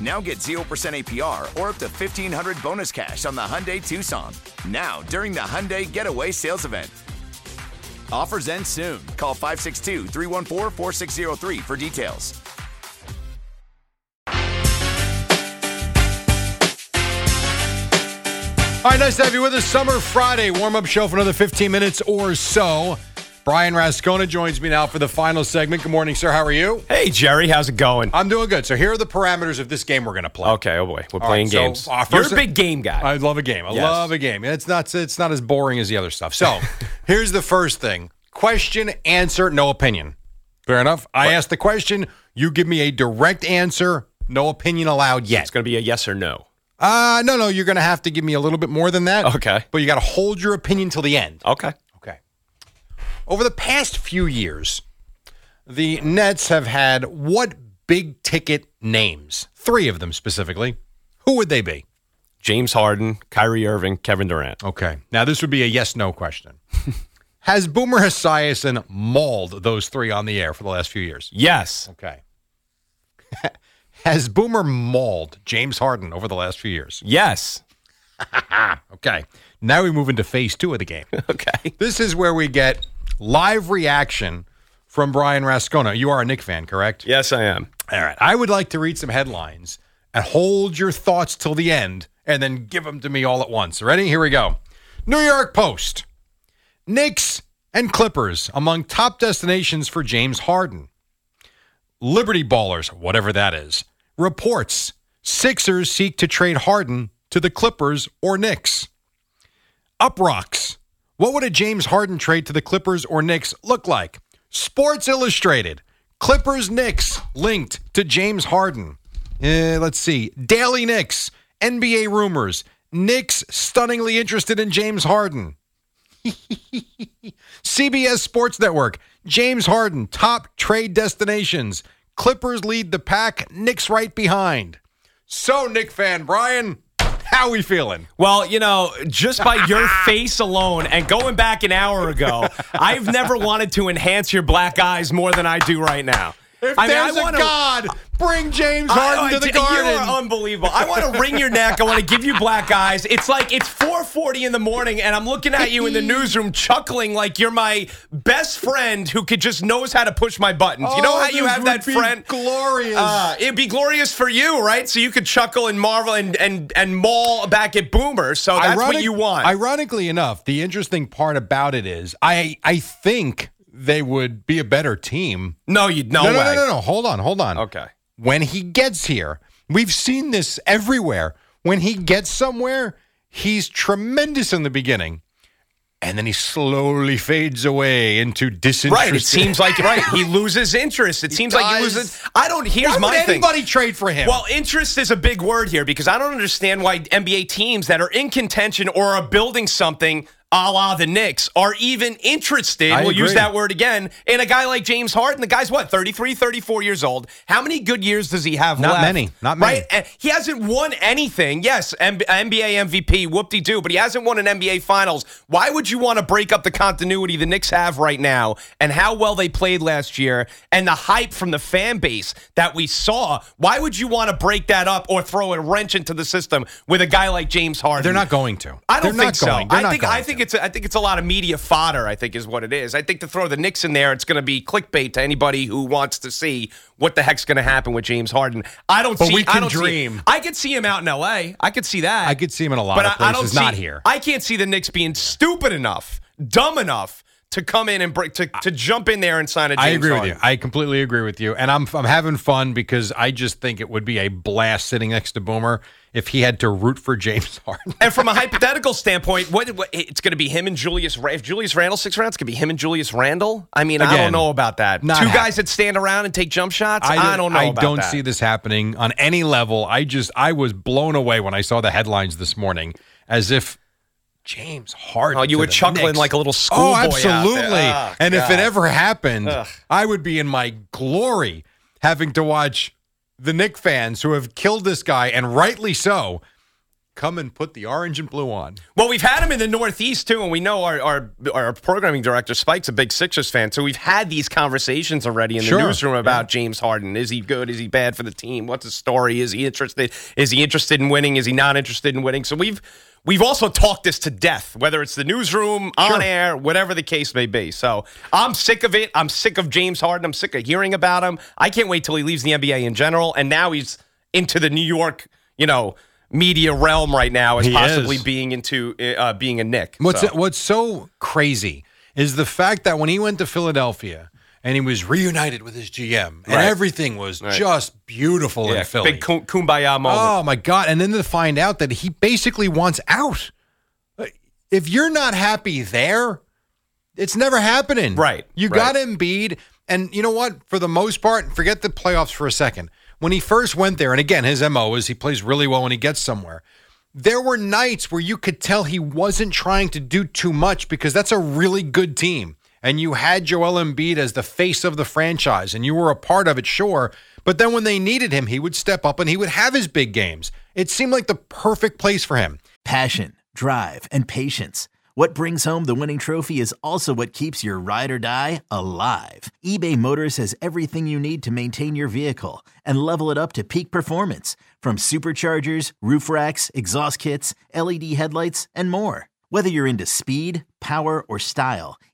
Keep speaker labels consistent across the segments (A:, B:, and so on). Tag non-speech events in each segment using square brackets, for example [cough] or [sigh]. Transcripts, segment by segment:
A: Now get 0% APR or up to 1500 bonus cash on the Hyundai Tucson. Now, during the Hyundai Getaway Sales Event. Offers end soon. Call 562 314 4603 for details.
B: All right, nice to have you with us. Summer Friday warm up show for another 15 minutes or so. Brian Rascona joins me now for the final segment. Good morning, sir. How are you?
C: Hey, Jerry, how's it going?
B: I'm doing good. So, here are the parameters of this game we're going to play.
C: Okay, oh boy, we're
B: All
C: playing
B: right, so,
C: games.
B: uh,
C: You're
B: first-
C: a big game guy.
B: I love a game. I
C: Yes.
B: love a game. It's not it's not as boring as the other stuff. So, here's the first thing: question, answer, no opinion. Fair enough. I ask the question, you give me a direct answer, no opinion allowed yet.
C: it's going to be a yes or no.
B: Uh no, no, you're going to have to give me a little bit more than that.
C: Okay.
B: But you got to hold your opinion till the end.
C: Okay.
B: Okay. Over the past few years, the Nets have had what big ticket names? Three of them specifically. Who would they be?
C: James Harden, Kyrie Irving, Kevin Durant.
B: Okay. Now, this would be a yes no
C: [laughs]
B: question. Has Boomer Esiason mauled those three on the air for the last few years?
C: Yes.
B: Okay. [laughs] Has Boomer mauled James Harden over the last few years?
C: Yes.
B: [laughs] Okay. Now we move into phase two of the game.
C: Okay.
B: [laughs] This is where we get live reaction from Brian Rascona. You are a Nick fan, correct?
C: Yes, I am.
B: All right. I would like to read some headlines and hold your thoughts till the end and then give them to me all at once. Ready? Here we go. New York Post. Knicks and Clippers among top destinations for James Harden. Liberty Ballers, whatever that is, reports Sixers seek to trade Harden to the Clippers or Knicks. Uprocks. What would a James Harden trade to the Clippers or Knicks look like? Sports Illustrated. Clippers Knicks linked to James Harden. Eh, let's see. Daily Knicks. NBA rumors. Knicks stunningly interested in James Harden. [laughs] CBS Sports Network. James Harden, top trade destinations. Clippers lead the pack. Knicks right behind. So, Nick fan Brian, how we feeling?
C: Well, you know, Oh, just by
B: [laughs]
C: your face alone and going back an hour ago, I've never wanted to enhance your black eyes more than I do right now.
B: If
C: I mean, I
B: there's
C: wanna-
B: a God, bring James
C: I-
B: Harden
C: I-
B: to the
C: d-
B: garden.
C: You are unbelievable. I want to wring your neck. I want to give you black eyes. It's like it's 4:40 in the morning, and I'm looking at you in the newsroom, chuckling like you're my best friend who could just knows how to push my buttons. you know
B: Oh,
C: how you
B: this
C: have
B: would
C: that
B: be
C: friend.
B: Glorious.
C: Uh, it'd be glorious for you, right? So you could chuckle and marvel and and and maul back at Boomer. So Oh, that's what
B: Ironic-
C: you want.
B: Ironically enough, the interesting part about it is, I I think they would be a better team.
C: no, you no,
B: no,
C: way.
B: no, no, no, no. Hold on, hold on.
C: Okay.
B: When he gets here, we've seen this everywhere. When he gets somewhere, he's tremendous in the beginning, and then he slowly fades away into disinterest.
C: Right. It seems like right.
B: [laughs]
C: He loses interest. It seems like he
B: does.
C: loses. I don't. Here's
B: Why
C: my
B: would
C: thing.
B: anybody trade for him?
C: Well, interest is a big word here because I don't understand why NBA teams that are in contention or are building something a la the Knicks are even interested.
B: I
C: we'll use
B: agree.
C: that word again. In a guy like James Harden, the guy's what, 33, 34 years old. How many good years does he have
B: Not
C: left?
B: many. Not many.
C: Right? And eh, He hasn't won anything. Yes, M- NBA MVP, whoop de doo, but he hasn't won an NBA Finals. Why would you want to break up the continuity the Knicks have right now and how well they played last year and the hype from the fan base that we saw? Why would you want to break that up or throw a wrench into the system with a guy like James Harden?
B: They're not going to.
C: I don't
B: They're
C: think
B: not
C: so.
B: going- they're
C: I
B: not
C: think
B: going
C: I think
B: to.
C: it's a, I think it's a lot of media fodder. I think is what it is. I think to throw the Knicks in there, it's going to be clickbait to anybody who wants to see what the heck's going to happen with James Harden. I don't
B: But
C: see.
B: we
C: I
B: can
C: don't see-
B: dream.
C: I could see him out in L.A. I could see that.
B: I could see him in a lot
C: but
B: of
C: I- I don't
B: places, not
C: see-
B: here.
C: I can't see the Knicks being stupid enough, dumb enough to come in and break to, to jump in there and sign a James
B: I agree
C: Harden.
B: with you. I completely agree with you. And I'm I'm having fun because I just think it would be a blast sitting next to Boomer if he had to root for James [laughs] Harden.
C: and from a hypothetical standpoint, what, what it's going to be him and Julius. Ra- If Julius Randle six rounds, it's going to be him and Julius Randle. I mean, I
B: Again,
C: don't know about that. Two
B: not hap-
C: guys that stand around and take jump shots. I, don't know.
B: I
C: about
B: don't
C: that.
B: see this happening on any level. I just I was blown away when I saw the headlines this morning, as if James Harden.
C: Oh, you
B: to
C: were
B: the
C: chuckling
B: Knicks.
C: like a little
B: Oh,
C: schoolboy out there.
B: absolutely.
C: Ah,
B: and if
C: God.
B: it ever happened, I would be in my glory having to watch the Nick fans who have killed this guy and rightly so come and put the orange and blue on.
C: Well, we've had him in the Northeast too, and we know our our, our programming director Spike's a big Sixers fan, so we've had these conversations already in the
B: Sure,
C: newsroom about James Harden. Is he good? Is he bad for the team? What's his story? Is he interested? Is he interested in winning? Is he not interested in winning? So we've we've also talked this to death, whether it's the newsroom, on air, whatever the case may be. So I'm sick of it. I'm sick of James Harden. I'm sick of hearing about him. I can't wait till he leaves the NBA in general, and now he's into the New York, you know. Media realm right now as
B: He
C: possibly
B: is.
C: being into uh, being a Nick.
B: What's
C: so.
B: what's so crazy is the fact that when he went to Philadelphia and he was reunited with his GM and
C: Right.
B: everything was just beautiful
C: Yeah,
B: in Philly.
C: Big kum- kumbaya moment.
B: Oh my god! And then to find out that he basically wants out. Uh, If you're not happy there, it's never happening.
C: Right,
B: You
C: right.
B: got Embiid, and you know what? For the most part, forget the playoffs for a second. When he first went there, and again, his mo is he plays really well when he gets somewhere. There were nights where you could tell he wasn't trying to do too much because that's a really good team. And you had Joel Embiid as the face of the franchise, and you were a part of it, sure. But then when they needed him, he would step up and he would have his big games. It seemed like the perfect place for him.
D: Passion, drive, and patience. What brings home the winning trophy is also what keeps your ride or die alive. eBay Motors has everything you need to maintain your vehicle and level it up to peak performance from superchargers, roof racks, exhaust kits, LED headlights, and more. Whether you're into speed, power, or style,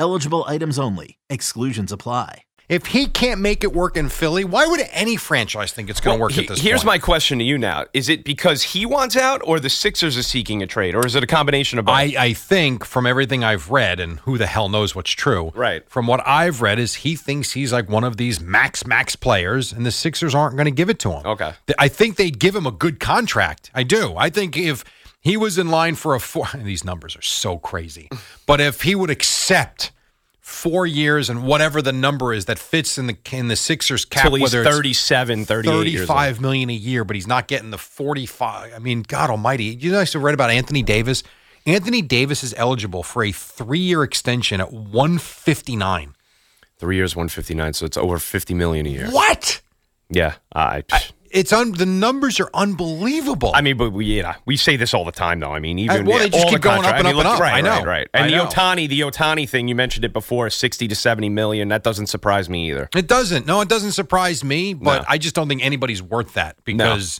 D: Eligible items only. Exclusions apply.
B: If he can't make it work in Philly, why would any franchise think it's going to
C: Well,
B: work
C: he-
B: at this
C: here's
B: point?
C: my question to you now: Is it because he wants out, or the Sixers are seeking a trade, or is it a combination of both?
B: I, I think from everything I've read, and who the hell knows what's true.
C: Right.
B: From what I've read, is he thinks he's like one of these max max players, and the Sixers aren't going to give it to him.
C: Okay.
B: Th- I think they'd give him a good contract. I do. I think if he was in line for a four, [laughs] these numbers are so crazy, but if he would accept four years and whatever the number is that fits in the in the Sixers cap,
C: Till he's
B: whether it's
C: 37, 38 years old.
B: Thirty-five million a year, but he's not getting the 45. I mean, God almighty. You guys have read about Anthony Davis. Anthony Davis is eligible for a three year extension at 159.
C: Three years, one fifty nine. So it's over fifty million a year.
B: What?
C: Yeah, I.
B: It's un- the numbers are unbelievable.
C: I mean, but we yeah, we say this all the time, though. I mean, even
B: well, they
C: yeah,
B: just
C: all
B: keep
C: the
B: going
C: contract-
B: up and
C: I mean,
B: up and
C: look-
B: up.
C: Right,
B: I know.
C: right, right. And
B: I
C: the
B: know.
C: Otani, the Otani thing, you mentioned it before, sixty to seventy million. That doesn't surprise me either.
B: it doesn't. No, it doesn't surprise me, but
C: No.
B: I just don't think anybody's worth that because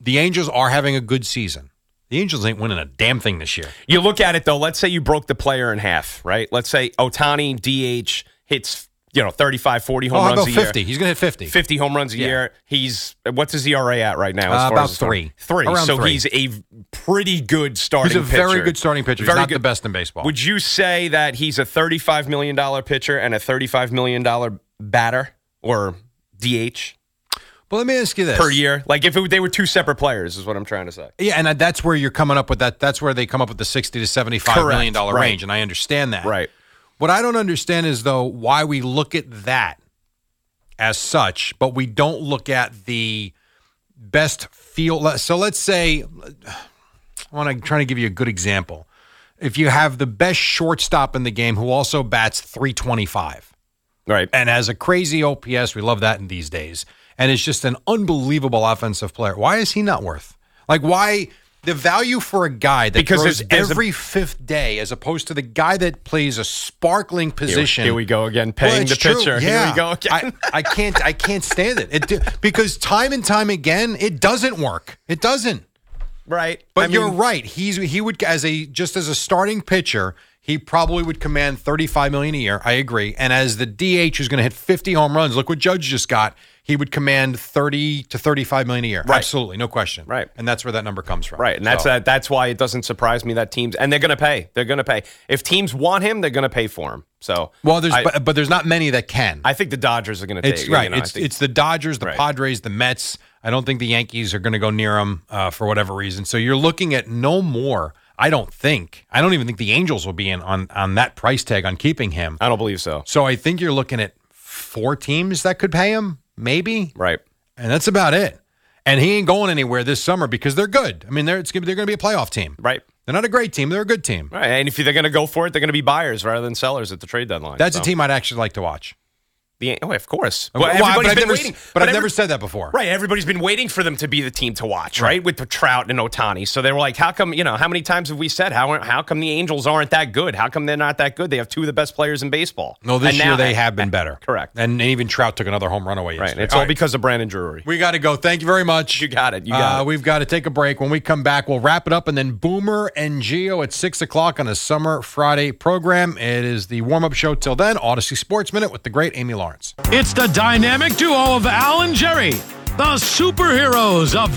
B: the Angels are having a good season. The Angels ain't winning a damn thing this year.
C: You look at it though. Let's say you broke the player in half, right? Let's say Otani DH hits you know 35, 40 home
B: Oh, how
C: runs
B: about
C: a year.
B: 50? He's gonna hit 50.
C: 50 home runs a
B: Yeah.
C: year. He's what's his ERA at right now? As
B: Uh,
C: far
B: about
C: as his start-
B: three.
C: three.
B: Around
C: so
B: three.
C: he's a v- pretty good starting.
B: He's a very
C: pitcher.
B: good starting pitcher. He's
C: Very
B: not the
C: good.
B: best in baseball.
C: Would you say that he's a thirty-five million dollar pitcher and a thirty-five million dollar batter or DH
B: But let me ask you this:
C: per year? Like if it, they were two separate players, is what I'm trying to say.
B: Yeah, and that's where you're coming up with that. That's where they come up with the sixty to seventy-five
C: Correct,
B: million dollar
C: right.
B: range, and I understand that.
C: Right.
B: What I don't understand is though why we look at that as such, but we don't look at the best field. So let's say I want to try to give you a good example. If you have the best shortstop in the game who also bats 325
C: Right.
B: and has a crazy OPS, we love that in these days, and is just an unbelievable offensive player, why is he not worth? Like, why the value for a guy that
C: Because
B: throws
C: there's- there's a-
B: every fifth day as opposed to the guy that plays a sparkling position?
C: Here we go again,
B: Well,
C: paying
B: it's
C: the
B: true.
C: pitcher.
B: Yeah.
C: Here we go again.
B: I, I can't. I can't stand it. it. do- Because time and time again, it doesn't work. It doesn't.
C: right.
B: But
C: I
B: you're
C: mean,
B: right. He's he would as a just as a starting pitcher, he probably would command 35 million a year. I agree. And as the DH who's going to hit 50 home runs, look what Judge just got. He would command 30 to 35 million a year.
C: Right.
B: Absolutely, no question.
C: Right.
B: And that's where that number comes from.
C: Right, and that's
B: So-
C: that. That's why it doesn't surprise me that teams and they're going to pay. They're going to pay. If teams want him, they're going to pay for him. So
B: Well, there's
C: I,
B: but, but there's not many that can.
C: I think the Dodgers are going to take.
B: It's
C: you
B: right.
C: know, I
B: it's
C: think-
B: it's the Dodgers, the
C: Right.
B: Padres, the Mets. I don't think the Yankees are going to go near them uh, for whatever reason. So you're looking at no more. I don't think. I don't even think the Angels will be in on on that price tag on keeping him.
C: I don't believe so.
B: So I think you're looking at four teams that could pay him, maybe,
C: Right.
B: and that's about it. And he ain't going anywhere this summer because they're good. I mean, they're it's gonna, they're going to be a playoff team.
C: Right.
B: They're not a great team. They're a good team.
C: Right. And if they're going to go for it, they're going to be buyers rather than sellers at the trade deadline.
B: That's
C: So,
B: a team I'd actually like to watch.
C: The, oh, of course.
B: Well,
C: everybody's
B: but I've
C: been
B: never,
C: waiting.
B: But, I've
C: every-
B: never said that before.
C: Right, everybody's been waiting for them to be the team to watch, right? With the Trout and Otani. So they were like, how come, you know, how many times have we said, how, aren't- how come the Angels aren't that good? How come they're not that good? They have two of the best players in baseball.
B: No, this
C: And
B: year
C: now-
B: they have
C: [laughs]
B: been better.
C: Correct.
B: And even Trout took another home run away
C: Right.
B: yesterday.
C: It's all because of Brandon Drury.
B: we got to go. Thank you very much.
C: You got it. You got
B: uh,
C: it.
B: We've got to take a break. When we come back, we'll wrap it up, and then Boomer and Geo at six o'clock on a summer Friday program. It is the warm-up show. Till then, Odyssey Sports Minute with the great Amy Lawrence.
E: It's the dynamic duo of Al and Jerry, the superheroes of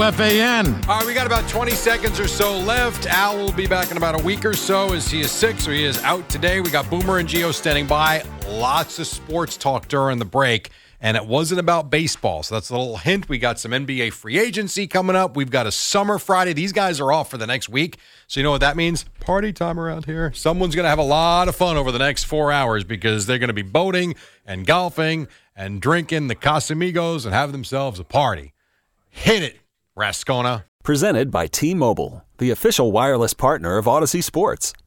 E: WFAN.
B: All right, we got about 20 seconds or so left. Al will be back in about a week or so as he is sick, so he is out today. We got Boomer and Geo standing by. Lots of sports talk during the break, and it wasn't about baseball. So that's a little hint. We got some NBA free agency coming up. We've got a summer Friday. These guys are off for the next week. So you know what that means? Party time around here. Someone's going to have a lot of fun over the next four hours because they're going to be boating and golfing and drinking the Casamigos and have themselves a party. Hit it, Rascona.
F: Presented by T Mobile, the official wireless partner of Odyssey Sports.